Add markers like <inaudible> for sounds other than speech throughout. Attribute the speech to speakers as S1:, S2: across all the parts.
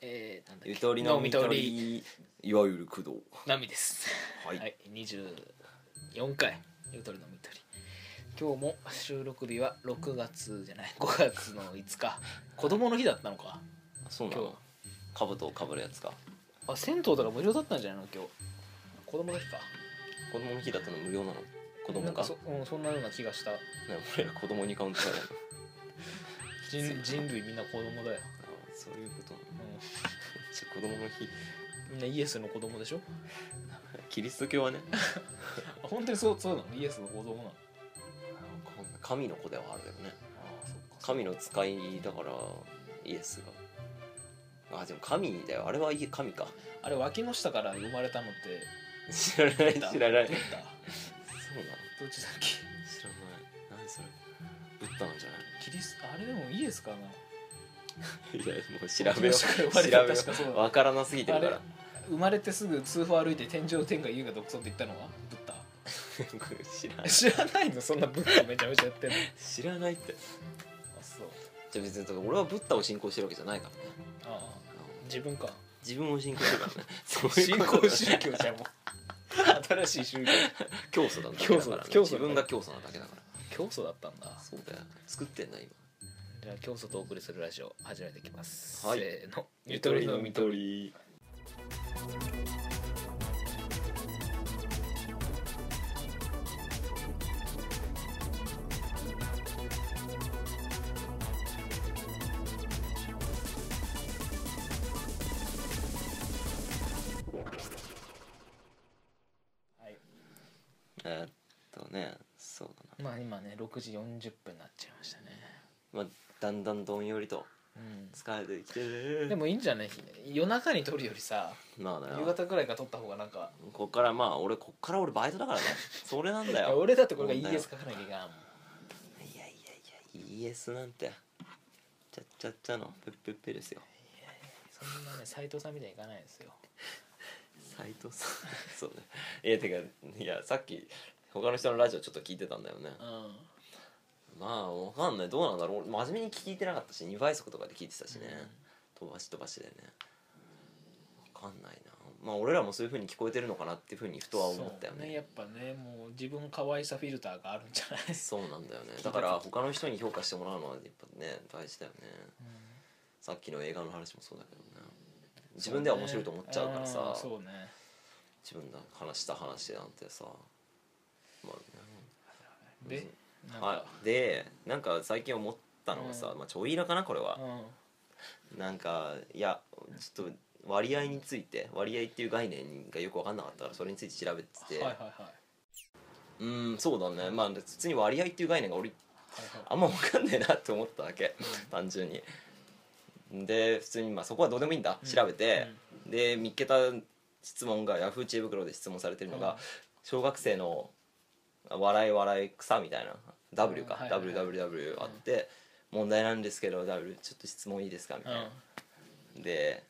S1: えー、なんだっけ
S2: ゆとりのみとりいわゆる工藤
S1: ナミです
S2: はい
S1: はい、24回ゆとりのみとり今日も収録日は6月じゃない5月の5日子供の日だったのか
S2: そう
S1: なの
S2: かぶとをかぶるやつか
S1: あ銭湯とか無料だったんじゃないの今日子供の日か
S2: 子供の日だったの無料なの子供
S1: なん
S2: か
S1: かそ,、うん、そんなような気がした
S2: ね俺ら子供にカウントされる
S1: 人人類みんな子供だよ、
S2: そういうことなの
S1: う
S2: ちょ子供の日
S1: ん、みんなイエスの子供でしょ
S2: キリスト教はね
S1: あ本当にそうそうなのイエスの子供なの
S2: 神の子ではあるけどね
S1: ああそっか
S2: 神の使いだからイエスがあでも神だよあれはいえ神か
S1: あれ脇の下から生まれたのって
S2: 知らない知
S1: だ
S2: らない
S1: ブ
S2: そう
S1: ッダ
S2: なの
S1: どっちだっけ
S2: 知らない何それブッダなんじゃない
S1: キリストあれでもイエスかない
S2: やもう調べよう
S1: 脇の下から生まれ
S2: 調べ
S1: た
S2: よ
S1: 確かそう
S2: う
S1: だ
S2: わからなすぎてるから
S1: あ生まれてすぐ通歩歩いて天上天下優雅独尊って言ったのはブッダ
S2: 知らな
S1: <laughs>
S2: い
S1: 知らないのそんなブッダめちゃめちゃやってんの
S2: 知らないって
S1: あそう
S2: じゃあ別に俺はブッダを信仰してるわけじゃないから <laughs>
S1: あ
S2: ね
S1: あ自分か
S2: 自分を信仰してるからねそうい
S1: 信
S2: うこ
S1: 仰
S2: とだね
S1: 宗教じゃんもう <laughs> 新しい宗教
S2: 教祖だね
S1: 教祖
S2: だからね
S1: 教祖
S2: 自分が教祖なだけだから
S1: 教祖だったんだ
S2: そうだよ作ってんな今
S1: じゃあ教祖とお送りするラジオ始めていきます、
S2: はい
S1: せーのゆとりのみとり
S2: り
S1: はい
S2: えーっとねそうだな
S1: まあ今ね6時40分になっちゃいましたね
S2: まあだんだんどんよりと
S1: う
S2: 疲れてきて
S1: ん
S2: る
S1: でもいいんじゃない夜中に撮るよりさ
S2: まあだ
S1: 夕
S2: よ
S1: 方くらいから撮った方がなんか
S2: こっからまあ俺こっから俺バイトだからねそれなんだ
S1: いや
S2: よ
S1: 俺だってこれが ES 書かなきゃいけないもん
S2: いやいやいや ES なんてちゃっちゃっちゃのペッペッペですよ
S1: そんなね斎藤さんみたいにいかないですよ
S2: 斉藤さん <laughs> そうねえてかいやさっき他の人のラジオちょっと聞いてたんだよね
S1: うん
S2: まあわかんないどうなんだろう俺真面目に聞いてなかったし2倍速とかで聞いてたしね、飛ばし飛ばしでねわかんないなまあ俺らもそういう風に聞こえてるのかなっていう風にふとは思ったよ
S1: そう
S2: ね
S1: やっぱねもう自分可愛さフィルターがあるんじゃないです
S2: そうなんだよねだから他の人に評価してもらうのはやっぱね大事だよねさっきの映画の話もそうだけどね自分では面白いと思っちゃうからさ、
S1: んそうね
S2: 自分の話した話なんてさまあね
S1: でなんか
S2: はいでなんか最近思ったのがさ、
S1: う
S2: まあ、ちょいらかなこれは、なんかいやちょっと割合について割合っていう概念がよく分かんなかったからそれについて調べて
S1: うん
S2: て、
S1: はいはいはいう
S2: ーんそうだねまあ普通に割合っていう概念が俺
S1: はいはい
S2: あんま分かんねえなって思ったわけ単純にで普通にまあそこはどうでもいいんだ
S1: うん
S2: 調べて、で見っけた質問がヤフー知恵袋で質問されてるのが、小学生の笑い笑い草みたいな W か、
S1: うんはいはいはい
S2: WWW あって、問題なんですけど W ちょっと質問いいですかみ
S1: う
S2: た
S1: ん
S2: いな、で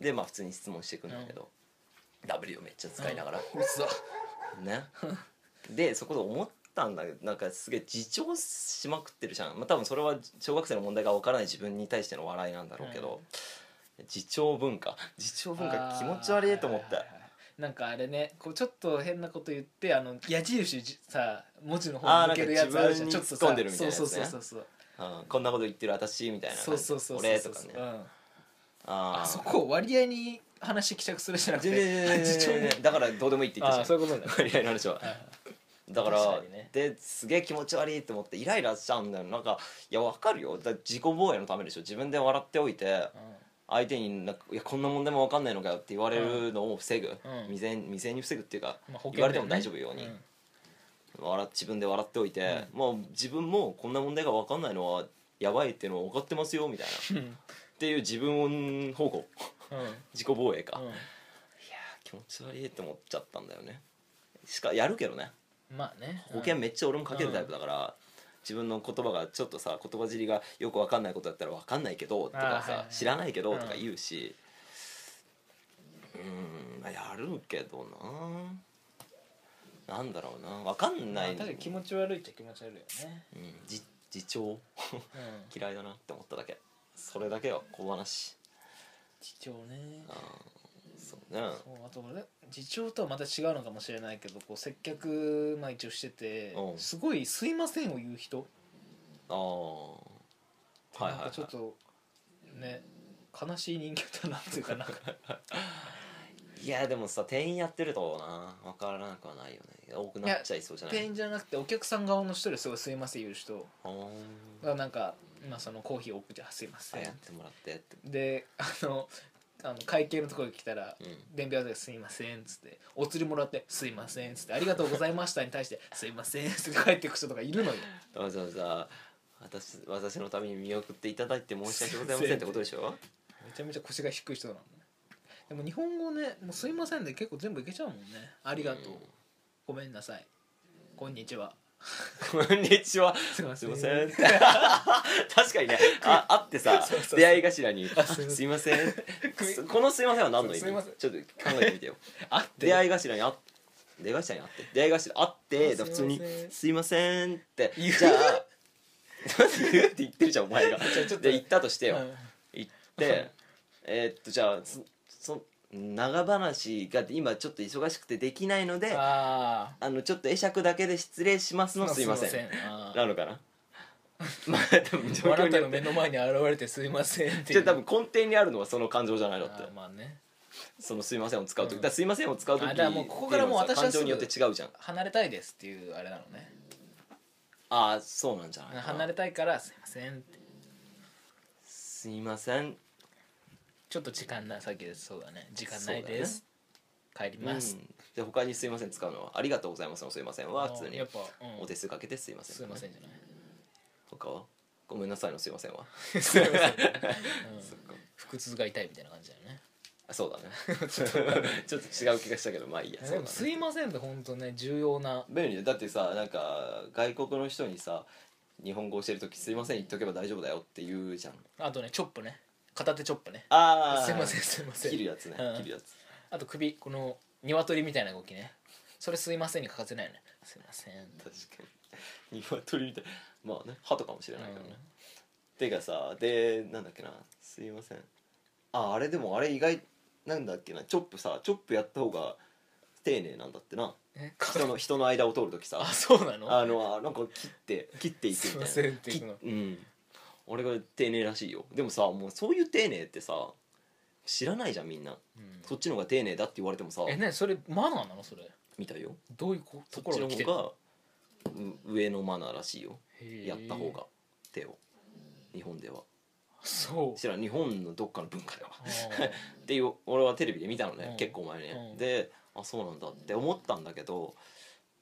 S2: でまあ普通に質問していくんだけど、W をめっちゃ使いながら、
S1: うんうっそ
S2: ね <laughs> でそこで思ったんだけどなんかすげえ自重しまくってるじゃん、まあ、多分それは小学生の問題が分からない自分に対しての笑いなんだろうけど、自重文化自重文化気持ち悪いと思っ
S1: あーはい
S2: た
S1: はいはいなんかあれねこうちょっと変なこと言ってあの矢印じさ文字の
S2: あ
S1: 方
S2: ー
S1: に向けるやつあるじゃん
S2: なんか
S1: ちょっと
S2: 自分に突っ込
S1: さ
S2: んでるみたいなやつ
S1: そ
S2: ね
S1: うそうそうそう
S2: うんこんなこと言ってる私みたいな
S1: そうそうそうそう
S2: 俺とかね
S1: うん
S2: あ
S1: あ
S2: ー
S1: そこを割合に話希釈するじゃなく
S2: 全然全
S1: て <laughs>
S2: 然
S1: 自重
S2: 全
S1: ね
S2: 然だからどうでもいいって言った
S1: あ
S2: じ
S1: そ
S2: ゃん
S1: ういうことだ
S2: 割合の話は <laughs> だから
S1: 確かにね
S2: ですげえ気持ち悪いと思ってイライラしちゃうんだよなんかいやわかるよだ自己防衛のためでしょ自分で笑っておいて相手になんか「いやこんな問題もわかんないのかよ」って言われるのを防ぐ、
S1: ん
S2: 未然未然に防ぐっていうか、
S1: まあ保険だよね
S2: 言われても大丈夫ように、
S1: うん
S2: 笑自分で笑っておいて、もう自分もこんな問題がわかんないのはやばいっていうのは分かってますよみたいなっ
S1: うん
S2: ていう自分保護
S1: うんうん
S2: 自己防衛か、
S1: うん
S2: 気持ち悪いって思っちゃったんだよねしかやるけどね
S1: まあね
S2: 保険
S1: うん
S2: めっちゃ俺もかけるタイプだから、自分の言葉がちょっとさ言葉尻がよく分かんないことだったら分かんないけどと
S1: あ
S2: か
S1: ー
S2: さ、
S1: はいはい
S2: 知らないけど
S1: うん
S2: とか言うしうーんやるけどななんだろうな分かん
S1: まあ
S2: ない、
S1: 確かに気持ち悪いっちゃ気持ち悪いよね
S2: うん、じ自重
S1: うん
S2: 嫌いだなって思っただけそれだけよ小話
S1: 自重ね
S2: あーそうね
S1: そうあと俺自重とはまた違うのかもしれないけどこう接客まあ一応してて
S2: うん
S1: すごい「すいません」を言う人
S2: ああはいはい、
S1: なん
S2: は
S1: か
S2: い、
S1: ちょっとね悲しい人間だなっていうか
S2: <laughs>
S1: なんか
S2: いやでもさ店員やってるとな分からなくはないよね多くなっちゃいそうじゃない
S1: 店員じゃなくてお客さん側の人ですごい「すいません」言う人
S2: あー
S1: がなんか今そのコーヒーを置くじゃん「すいま
S2: あ
S1: せ
S2: やっ
S1: ん
S2: てもらってって」
S1: であのあの会計のところに来たら
S2: うん
S1: 伝票で「すいません」っつって「お釣りもらってすいません」っつって「ありがとうございました」に対して「すいません」っつって帰ってく人とかいるのよ
S2: わざわざ私私のために見送っていただいて申し訳ございませんってことでしょ
S1: めちゃめちゃ腰が低い人なのねでも日本語ね「もうすいません」で結構全部いけちゃうもんね「 <laughs> あ
S2: あ
S1: りがとう」ごめんなさい」「こんにちは」
S2: こんにち
S1: 「
S2: は
S1: すいますせ
S2: い
S1: ん」
S2: ません <laughs> 確かにねあ会ってさ
S1: そうそうそう
S2: 出会い頭に
S1: あ
S2: あ
S1: すいません
S2: すいません
S1: 組
S2: すこのすいませんは何の意味
S1: すいません
S2: ちょっと考えてみ
S1: <laughs>
S2: てよ
S1: あって
S2: 出会い頭にあ出会い頭にあって出会い頭にあって
S1: すいません
S2: 普通に「すいません」って
S1: 言う
S2: じゃあ <laughs> 「言う」って言ってるじゃんお前が
S1: <laughs> じゃあちょっと
S2: で行ったとして
S1: う
S2: よ
S1: ん
S2: 行ってえーっとじゃあそそ長話が今ちょっと忙しくてできないのであ
S1: あ
S2: のちょっと会釈だけで失礼します
S1: あ
S2: のすいません
S1: んあ
S2: なのかなまあ多分
S1: ー
S2: 状
S1: あ
S2: 況
S1: な
S2: に
S1: た
S2: よ
S1: の
S2: っ
S1: 目
S2: て
S1: の前に現れて「すいません」って
S2: じ
S1: い
S2: ゃ
S1: う
S2: あ多分根底にあるのはその感情じゃな
S1: あ
S2: いのって
S1: ーまあね
S2: その「すいません」を使う時、
S1: うん
S2: だからすいません」を使う時
S1: あだからもうここからもう
S2: ってい
S1: 私
S2: の
S1: は
S2: 感
S1: すぐ
S2: 情によって違うじゃん
S1: 離れたいですっていうあれなのね
S2: ああそうなんじゃないかな
S1: 離れたいから「すいません」って
S2: すいません
S1: ちょっと時間なさっきですそうだね時間ないです、帰り
S2: う
S1: ます、
S2: んで他に「すいません」使うのは「ありがとうございます」の「すいません」は普通に
S1: やっぱ、うん
S2: お手数かけて「すいません」
S1: すいませんじゃない
S2: <laughs> 他は「ごめんなさい」の「すいませんは」
S1: すいません、うん
S2: そっか
S1: 腹痛が痛いみたいな感じだよね
S2: あそうだねちょっと違う気がしたけどまあいいやそう
S1: で
S2: だ
S1: も
S2: ね
S1: すいませんって本当ね重要な
S2: 便利だよだってさなんか外国の人にさ日本語教える時「すいません」言っとけば大丈夫だよって言うじゃん
S1: あとねチョップね片手チョップね
S2: ああ
S1: すいませんすいません
S2: 切るやつね、
S1: うん
S2: 切るやつ
S1: あと首この鶏みたいな動きねそれすいませんに欠かせないよねすいません
S2: 確かに <laughs> 鶏みたいまあね鳩かもしれないけどね、
S1: うん
S2: てかさでなんだっけなすいませんああれでもあれ意外なんだっけなチョップさチョップやった方が丁寧なんだってな
S1: え
S2: 人の人の間を通る時さ <laughs>
S1: あそうなの
S2: あのあなんか切って切っていくみ
S1: す
S2: た
S1: い
S2: い
S1: ま
S2: な
S1: せんっていうの
S2: きうん俺が丁寧らしいよでもさもうそういう丁寧ってさ知らないじゃんみんな
S1: うん
S2: そっちの方が丁寧だって言われてもさ
S1: えねそれマナーなのそれ
S2: みたいよ
S1: どういうこと
S2: そっ
S1: こ
S2: ち
S1: ろ
S2: の
S1: が来て
S2: 方がう上のマナーらしいよやった方
S1: う
S2: が手を日本では
S1: そう
S2: 知らん日本のどっかの文化だわ
S1: あー
S2: <laughs> っていう俺はテレビで見たのね、
S1: うん
S2: 結構前ね、
S1: うん
S2: であそうなんだって思ったんだけど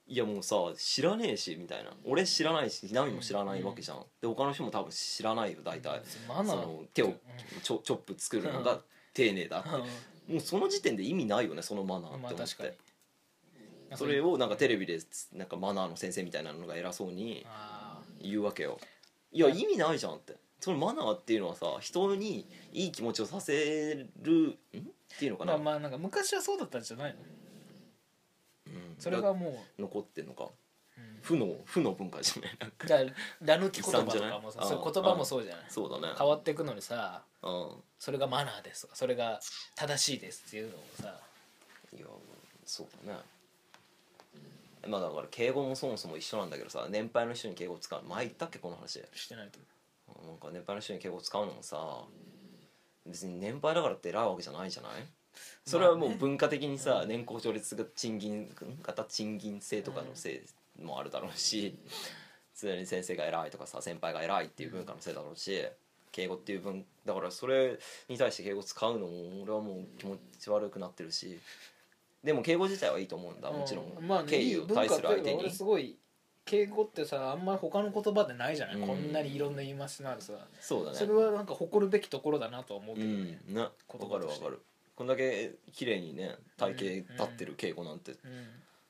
S2: いやもうさ知らねえしみたいな俺知らないしナミも知らないわけじゃん、で他の人も多分知らないよ大体、
S1: マナ
S2: そ
S1: ー
S2: の手をちょチョップ作るのが丁寧だ、もうその時点で意味ないよねそのマナ
S1: う
S2: ー
S1: ん
S2: って
S1: まあ
S2: 思って、
S1: 確かに
S2: それ
S1: を
S2: をなんかテレビでなんかマナーの先生みたいなのが偉そうに
S1: あー
S2: 言うわけよいや意味ないじゃんってそのマナーっていうのはさ人にいい気持ちをさせるんっていうのか
S1: ま
S2: な、
S1: あまあなんか昔はそうだったんじゃないの
S2: うん
S1: それがも
S2: 残ってんのか
S1: う、うん
S2: 負の負の文化じゃないなんか
S1: じゃあら抜き言葉とかも
S2: 遺産じゃな
S1: さ
S2: い
S1: そういう言葉もそうじゃない
S2: <laughs> そうだね
S1: 変わっていくのにさ
S2: う
S1: それがマナーですとかそれが正しいですっていうのをさ
S2: んいやそうだねまあだから敬語もそもそも一緒なんだけどさ年配の人に敬語使う前言ったっけこの話
S1: してないと
S2: なんか年配の人に敬語使うのもさ別に年配だからって偉いわけじゃないじゃないそれはもう文化的にさ、年功序列が賃金型賃金制とかのせいもあるだろうし常に先生が偉いとかさ先輩が偉いっていう文化のせいだろうし敬語っていう文だからそれに対して敬語使うのも俺はもう気持ち悪くなってるしでも敬語自体はいいと思うんだもちろん、
S1: うまあね
S2: 敬意を対する相
S1: いい文化っ
S2: 手に
S1: ていうか俺すごい敬語ってさあんまり他の言葉でないじゃない、
S2: うん
S1: こんなにいろんな言い回しのあるさ
S2: そうだね
S1: それはなんか誇るべきところだなとは思う
S2: う
S1: けどね、
S2: んねわ
S1: 言
S2: か
S1: 葉
S2: る
S1: と
S2: わ
S1: して
S2: かるこんだけ綺麗にね体型立ってる敬語なんて、
S1: うん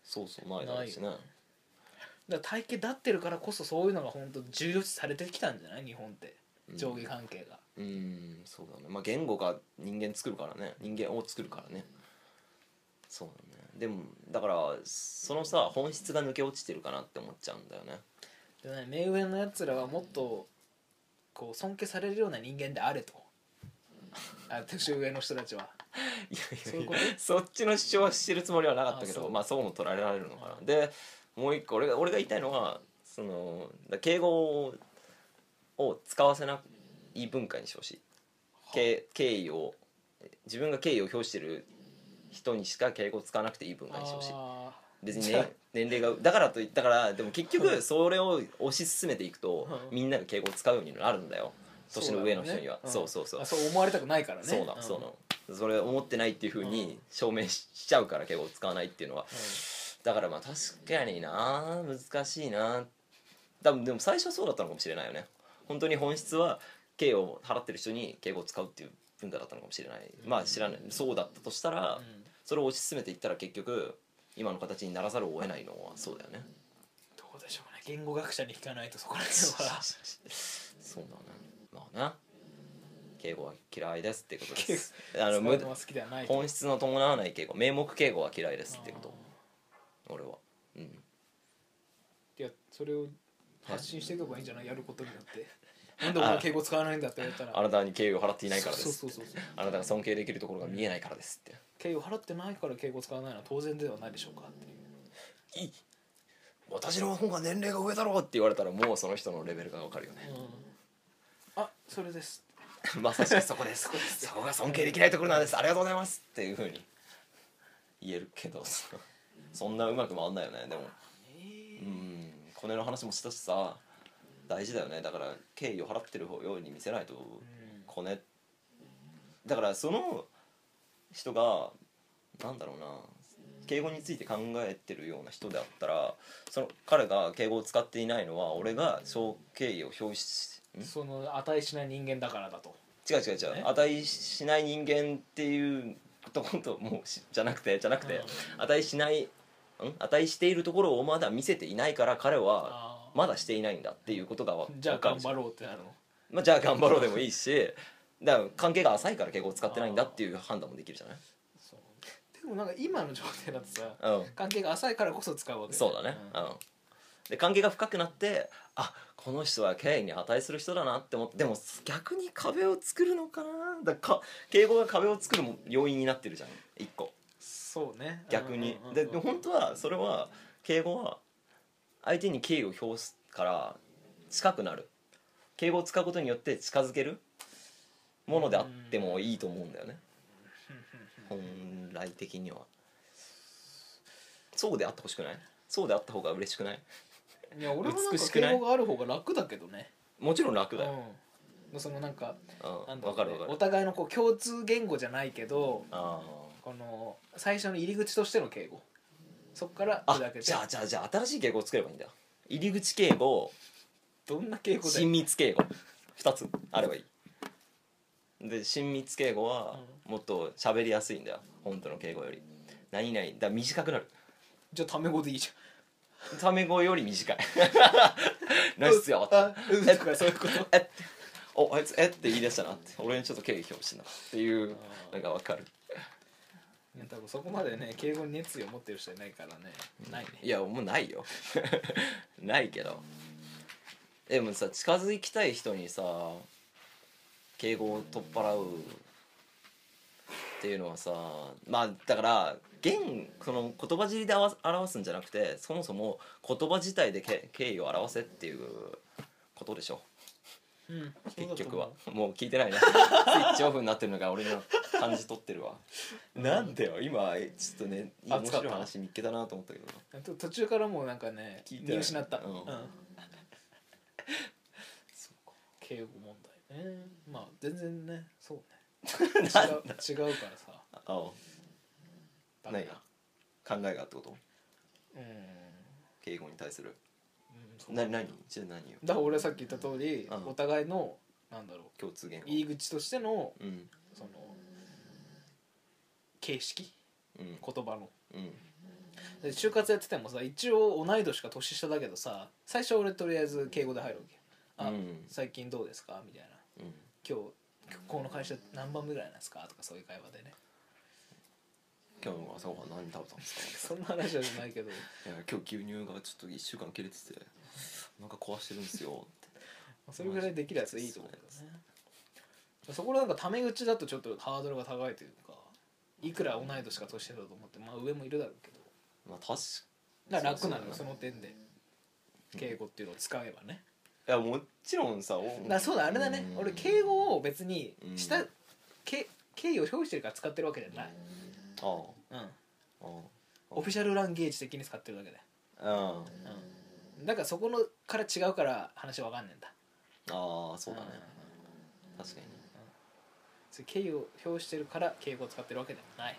S2: そうそうないだろうしね
S1: だから体型立ってるからこそそういうのが本当重要視されてきたんじゃない日本って
S2: うん
S1: 上下関係が、
S2: うんそうだねまあ言語が人間作るからね人間を作るからねそうだねでもだからそのさ本質が抜け落ちてるかなって思っちゃうんだよね
S1: でね目上のやつらはもっとこう尊敬されるような人間であれとあ年上の人たちはい
S2: やいやいや
S1: そういうこと
S2: <laughs> そっちの主張はしてるつもりはなかったけ
S1: あそ
S2: ど
S1: う
S2: まあそうも捉えられるのかなでもう一個俺が俺が言いたいのはそのだ敬語を使わせない文化にしてほしい敬敬意を自分が敬意を表してる人にしか敬語を使わなくていい文化にしてほしい
S1: あ
S2: 別に、
S1: じゃあ
S2: ね、年齢がだからといったからでも結局それを推し進めていくと
S1: うん
S2: みんなが敬語を使うようになるんだよ
S1: そうだ
S2: 年
S1: ろ
S2: の
S1: うね
S2: 上の人には
S1: うん
S2: そうそうそう
S1: あそう思われたくないからね
S2: そうなの
S1: ん
S2: そうなのそれ思ってないっていうふう
S1: う
S2: に
S1: ん
S2: 証明しちゃうから敬語を使わないっていうのはだからまあ確かにな難しいな多分でも最初はそうだったのかもしれないよね本当に本質は敬意を払ってる人に敬語を使うっていう文化だったのかもしれないまあ知らないそうだったとしたら
S1: うんうん
S2: それを推し進めていったら結局今の形にならざるを得ないのはそうだよね
S1: どうでしょうね言語学者に聞かないと <laughs> そこら辺は
S2: そうだねまあね敬語は嫌いですってことで
S1: 敬 <laughs>
S2: すあ
S1: 伝え
S2: の無
S1: るのは好きではないと
S2: 本質の伴わない敬語名目敬語は嫌いですってこと俺はうん
S1: いやそれを発信していけばいいんじゃないやることによってなんで俺は敬語使わないんだって言われたら
S2: あなたに敬意を払っていないからで
S1: そう
S2: す
S1: そうそうそう
S2: あなたが尊敬できるところが見えないからですって
S1: 敬意を払ってないから敬語使わないのは当然ではないでしょうかっていう
S2: い私の方が年齢が上だろうって言われたらもうその人のレベルがわかる
S1: <laughs>
S2: よね
S1: あそれです
S2: まさしくそこですそこが尊敬できないところなんですありがとうございますっていうふうに言えるけどそそんなうまく回んないよねでもうんコネの話もしたしさ大事だよねだから敬意を払ってるように見せないと
S1: うん
S2: コネだからその人がなんだろうな敬語について考えてるような人であったらその彼が敬語を使っていないのは俺が小敬意を表しん
S1: その値しない人間だからだと
S2: 違う違う違
S1: え
S2: う値しない人間っていうとこともうしじゃなくてじゃなくて、値しないん値しているところをまだ見せていないから彼は
S1: あー
S2: まだしていないんだっていうことがわ
S1: じゃあ
S2: わかる
S1: 頑張ろうってなるの
S2: まあ、じゃあ頑張ろうでもいいしだから関係が浅いから敬語を使ってないんだっていう判断もできるじゃない
S1: そうでもなんか今の状態だとさ
S2: うん
S1: 関係が浅いからこそ使うわけ
S2: そうだねうん、で関係が深くなってあこの人は敬意に値する人だなって思ってでも逆に壁を作るのかなだからか敬語が壁を作るも要因になってるじゃん一個
S1: そうね
S2: 逆に
S1: うんうんうんう
S2: で
S1: ん
S2: で本当はそれは敬語は相手に敬意を表すから近くなる敬語を使うことによって近づけるものであってもいいと思うんだよね本来的にはそうであってほしくないそうであった方が嬉しくない
S1: いや俺もなん
S2: 美
S1: か
S2: しくない
S1: 敬語がある方が楽だけどね
S2: もちろん楽だよ、
S1: うんそのなんか
S2: う
S1: なん
S2: ん、
S1: だろ
S2: 分
S1: う
S2: か
S1: ね
S2: る分か
S1: お
S2: る
S1: 互いのこう共通言語じゃないけど
S2: あ
S1: この最初の入り口としての敬語そこから
S2: ー
S1: 砕
S2: あ
S1: けて
S2: じゃあじゃあじゃあ新しい敬語を作ればいいんだよ入り口敬語
S1: どんな敬語だ
S2: 親
S1: よ
S2: 密敬語2つあればいいで親密敬語はもっと喋りやすいんだよ本当の敬語より何々だから短くなる
S1: じゃあタメ語でいいじ
S2: タメ語より短い
S1: ゃん
S2: ナイスっすよ
S1: あうんとかそういうこと
S2: えっておあいつえって言い出したなって俺にちょっと敬意表してんなっていう
S1: あー
S2: なんかわかる
S1: いや多分そこまでね敬語に熱意を持ってる人いないからねないね
S2: いやもうないよ <laughs> ないけどでもさ近づきたい人にさ敬語を取っ払うっていうのはさまあだから言その言葉尻で表す表すんじゃなくてそもそも言葉自体でけ敬意を表せっていうことでしょ
S1: うん
S2: 結局はもう聞いてないねスイッチオフになってるのが俺の感じ取ってるわなんでよ今ちょっとね面
S1: 熱か
S2: 白
S1: っ
S2: い
S1: た
S2: 話見っけたなと思ったけどな
S1: そうだと思う途中からもうなんかね
S2: 聞いてない
S1: 見失った <laughs>
S2: うん
S1: そうか敬語問題ねまあ全然ねそうね
S2: <laughs> なんだ
S1: 違う違うからさ
S2: あ
S1: ダ
S2: 何
S1: メ
S2: が
S1: だ
S2: 考えがってこと
S1: うんうん
S2: 敬語に対する
S1: そう
S2: な何じゃあ何よ
S1: だから俺はさっき言った通り
S2: うん
S1: お互いのなんだろ
S2: 共通言
S1: う
S2: 語
S1: 入り口としての
S2: うん
S1: その形式
S2: うん
S1: 言葉の
S2: うん
S1: で就活やっててもさ一応同い年か年下だけどさ最初俺とりあえず敬語で入るわけよあ、
S2: うん
S1: 最近どうですか?」みたいな
S2: うん
S1: 「今日今日この会社何番目ぐらいなんですか?」とかそういう会話でね <laughs>
S2: 今日の朝ごはん何食べたんですか
S1: そんな話じゃないけど
S2: いや今日牛乳がちょっと1週間切れててなんか壊してるんですよって
S1: それぐらいできるやついいと思うけどねそこらなんかタメ口だとちょっとハードルが高いというかいくら同い年か年下だと思ってまあ上もいるだろうけど
S2: まあ確か
S1: だから楽なのよ
S2: そ
S1: そうの点で敬語っていうのを使えばね
S2: いやもちろんさお
S1: だからそうだあれだね
S2: うん
S1: 俺敬語を別に
S2: うん
S1: 下け敬意を表してるから使ってるわけじゃない
S2: ああ
S1: うん
S2: あ
S1: オフィシャルランゲージ的に使ってるだけで
S2: あうん
S1: うんだからそこのから違うから話わかんねえんだ
S2: ああそうだね確か
S1: それ敬意を表してるから敬語を使ってるわけではない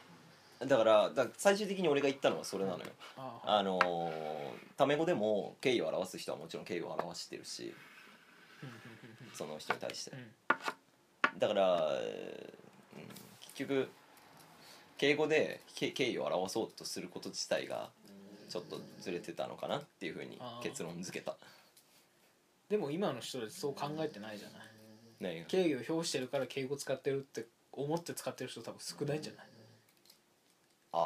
S2: にだからだから最終的に俺が言ったのはそれなのよ
S1: あ
S2: あのータメ語でも敬意を表す人はもちろん敬意を表してるしその人に対してだから、うん、結局敬語でけ敬意を表そうとすること自体がちょっとずれてたのかなっていうふうに
S1: あー
S2: 結論付けた
S1: でも今の人たちそう考えてないじゃない
S2: ね
S1: 敬意を表してるから敬語使ってるって思って使ってる人多分少ないんじゃないだか
S2: あ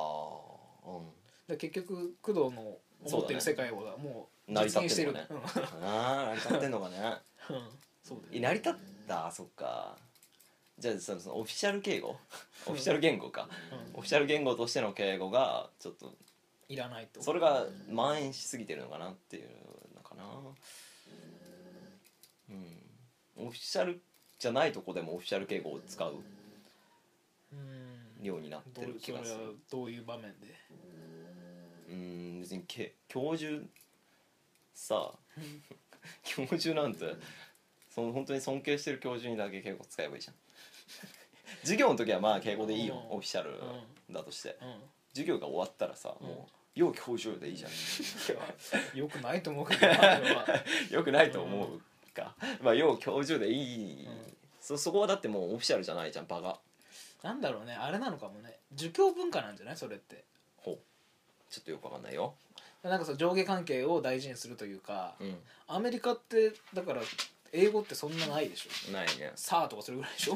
S2: あうん
S1: ら結局工藤の思ってる世界をもう
S2: 成り立
S1: 実現し
S2: っ
S1: てる
S2: てるもんね
S1: うんうん
S2: ああ成り立ってんの
S1: <laughs>
S2: かね
S1: そうだよ
S2: い成り立ったそっかじゃあそのそのオフィシャル敬語 <laughs> オフィシャル言語か
S1: うん
S2: オフィシャル言語としての敬語がちょっと
S1: いらないと
S2: それが蔓延しすぎてるのかなっていうのかなうんオフィシャルじゃないとこでもオフィシャル敬語を使う
S1: うん
S2: ようになっ
S1: ど
S2: て
S1: う
S2: る気
S1: それ
S2: が
S1: は
S2: する
S1: どういう場面で
S2: うん別にけ教授
S1: <laughs>
S2: さあ教授なんてその本当に尊敬してる教授にだけ敬語使えばいいじゃん <laughs> 授業の時はまあ敬語でいいよ
S1: うん
S2: オフィシャルだとして
S1: う
S2: 授業が終わったらさ
S1: うん
S2: もう「よう教授」でいいじゃん
S1: んよくないと思うけどなあれは
S2: <laughs> よくないと思うか、まあ要教授でいい、
S1: うん
S2: そそこはだってもうオフィシャルじゃないじゃん場が
S1: <laughs> なんだろうねあれなのかもね儒教文化なんじゃないそれって
S2: ほうちょっとよくわかんないよ、
S1: なんかその上下関係を大事にするというか
S2: うん、
S1: アメリカってだから英語ってそんなないでしょ
S2: ないね <laughs>
S1: さあとかそれぐらいでし <laughs> ょ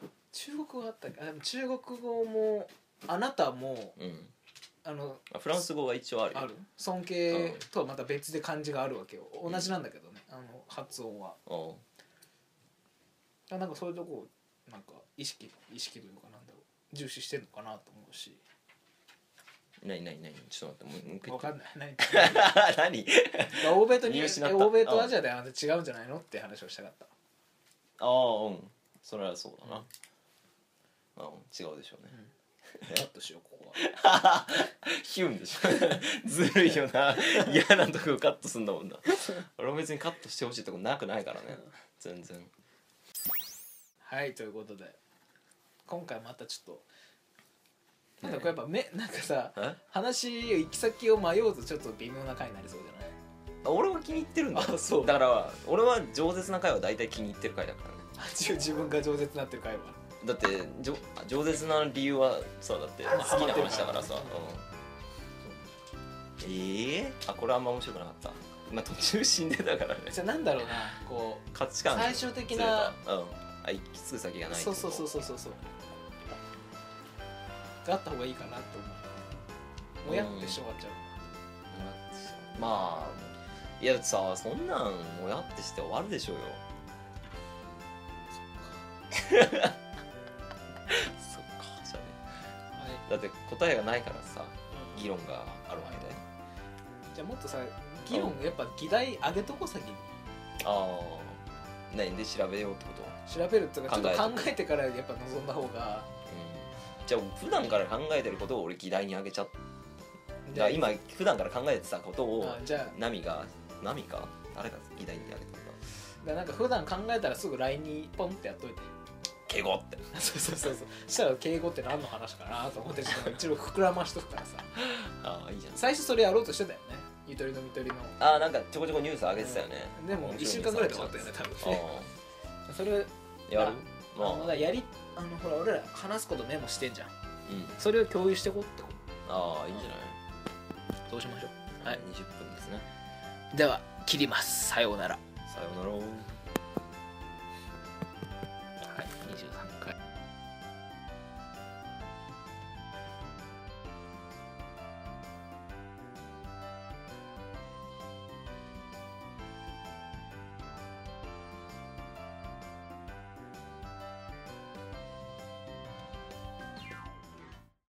S2: うん
S1: 中国語あったっけあでも中国語もあなたも
S2: うん、うん
S1: あの
S2: まあ、フランス語が一応あるよ
S1: ある尊敬とはまた別で漢字があるわけよ同じなんだけどねあの発音は
S2: おう
S1: あなんかそういうとこをなんか意識意識というかなんだろう重視してるのかなと思うし
S2: ないないないちょっと待ってもうもう一回
S1: 分かんない <laughs> 何
S2: <laughs> 何
S1: 欧米と
S2: 見
S1: に
S2: 失った
S1: 欧米とアジアであんた違うんじゃないのって話をしたかった
S2: ああうんそれはそうだな、あうん、違うでしょうね
S1: カットしようここは
S2: ヒュンでしょ <laughs> ずるいよ <laughs> な嫌なとこカットすんだもんな俺も別にカットしてほしいとこなくないからね全然
S1: はいということで今回またちょっとなんだこれやっぱ目なんかさ
S2: え
S1: 話行き先を迷うとちょっと微妙な回になりそうじゃない <laughs>
S2: 俺は気に入ってるんだ
S1: あそう
S2: だから俺は饒舌な回は大体気に入ってる回だからね
S1: あ自自分が饒舌になってる回は
S2: だってじょ饒舌な理由はさだって
S1: あ
S2: 好きな話だからさ、
S1: ハ
S2: うん、ええあこれあんま面白くなかったまあ途中死んでた
S1: <laughs>
S2: からね
S1: じゃあなんだろうなこう
S2: 価値観
S1: 最終的
S2: ずれた
S1: な
S2: うんあ行き着く先がない
S1: そうそうそう
S2: う
S1: そうそうそうがあった方がいいかなと思うもやってして終わっちゃう
S2: まあいやだってさそんなんもやってして終わるでしょうよ <laughs> そっかじゃあね
S1: はい
S2: だって答えがないからさ議論がある間に
S1: じゃあもっとさ議論やっぱ議題上げとこ先に
S2: ああ何で調べようってこと、
S1: 調べるっていうかちょっと
S2: 考
S1: 考
S2: え
S1: えてからやっぱ望んだ方が
S2: うん、じゃあ普段から考えてることを俺議題にあげちゃっただ今普段から考えてたことを
S1: あじゃあ
S2: ナミがナミか誰か議題にあげたんだ
S1: だからなんか普段考えたらすぐ LINE にポンってやっといて
S2: 敬語って
S1: そうそうそうそうしたら敬語って何の話かなと思ってちょっと一応膨らましとくからさ
S2: ああいいじゃん
S1: 最初それやろうとしてたよねゆとりのみとりの
S2: ああなんかちょこちょこニュースあげてたよね、
S1: でも1週間ぐらいで終わったよね多分ね
S2: あ
S1: それ
S2: あや
S1: あのだ
S2: る
S1: か
S2: まあ
S1: らやりあのほら俺ら話すことメモしてんじゃん
S2: うん
S1: それを共有してこうってこ
S2: ああいいんじゃ
S1: とそうしましょう
S2: な
S1: はいい
S2: 20分ですね
S1: では切りますさようなら
S2: さようなら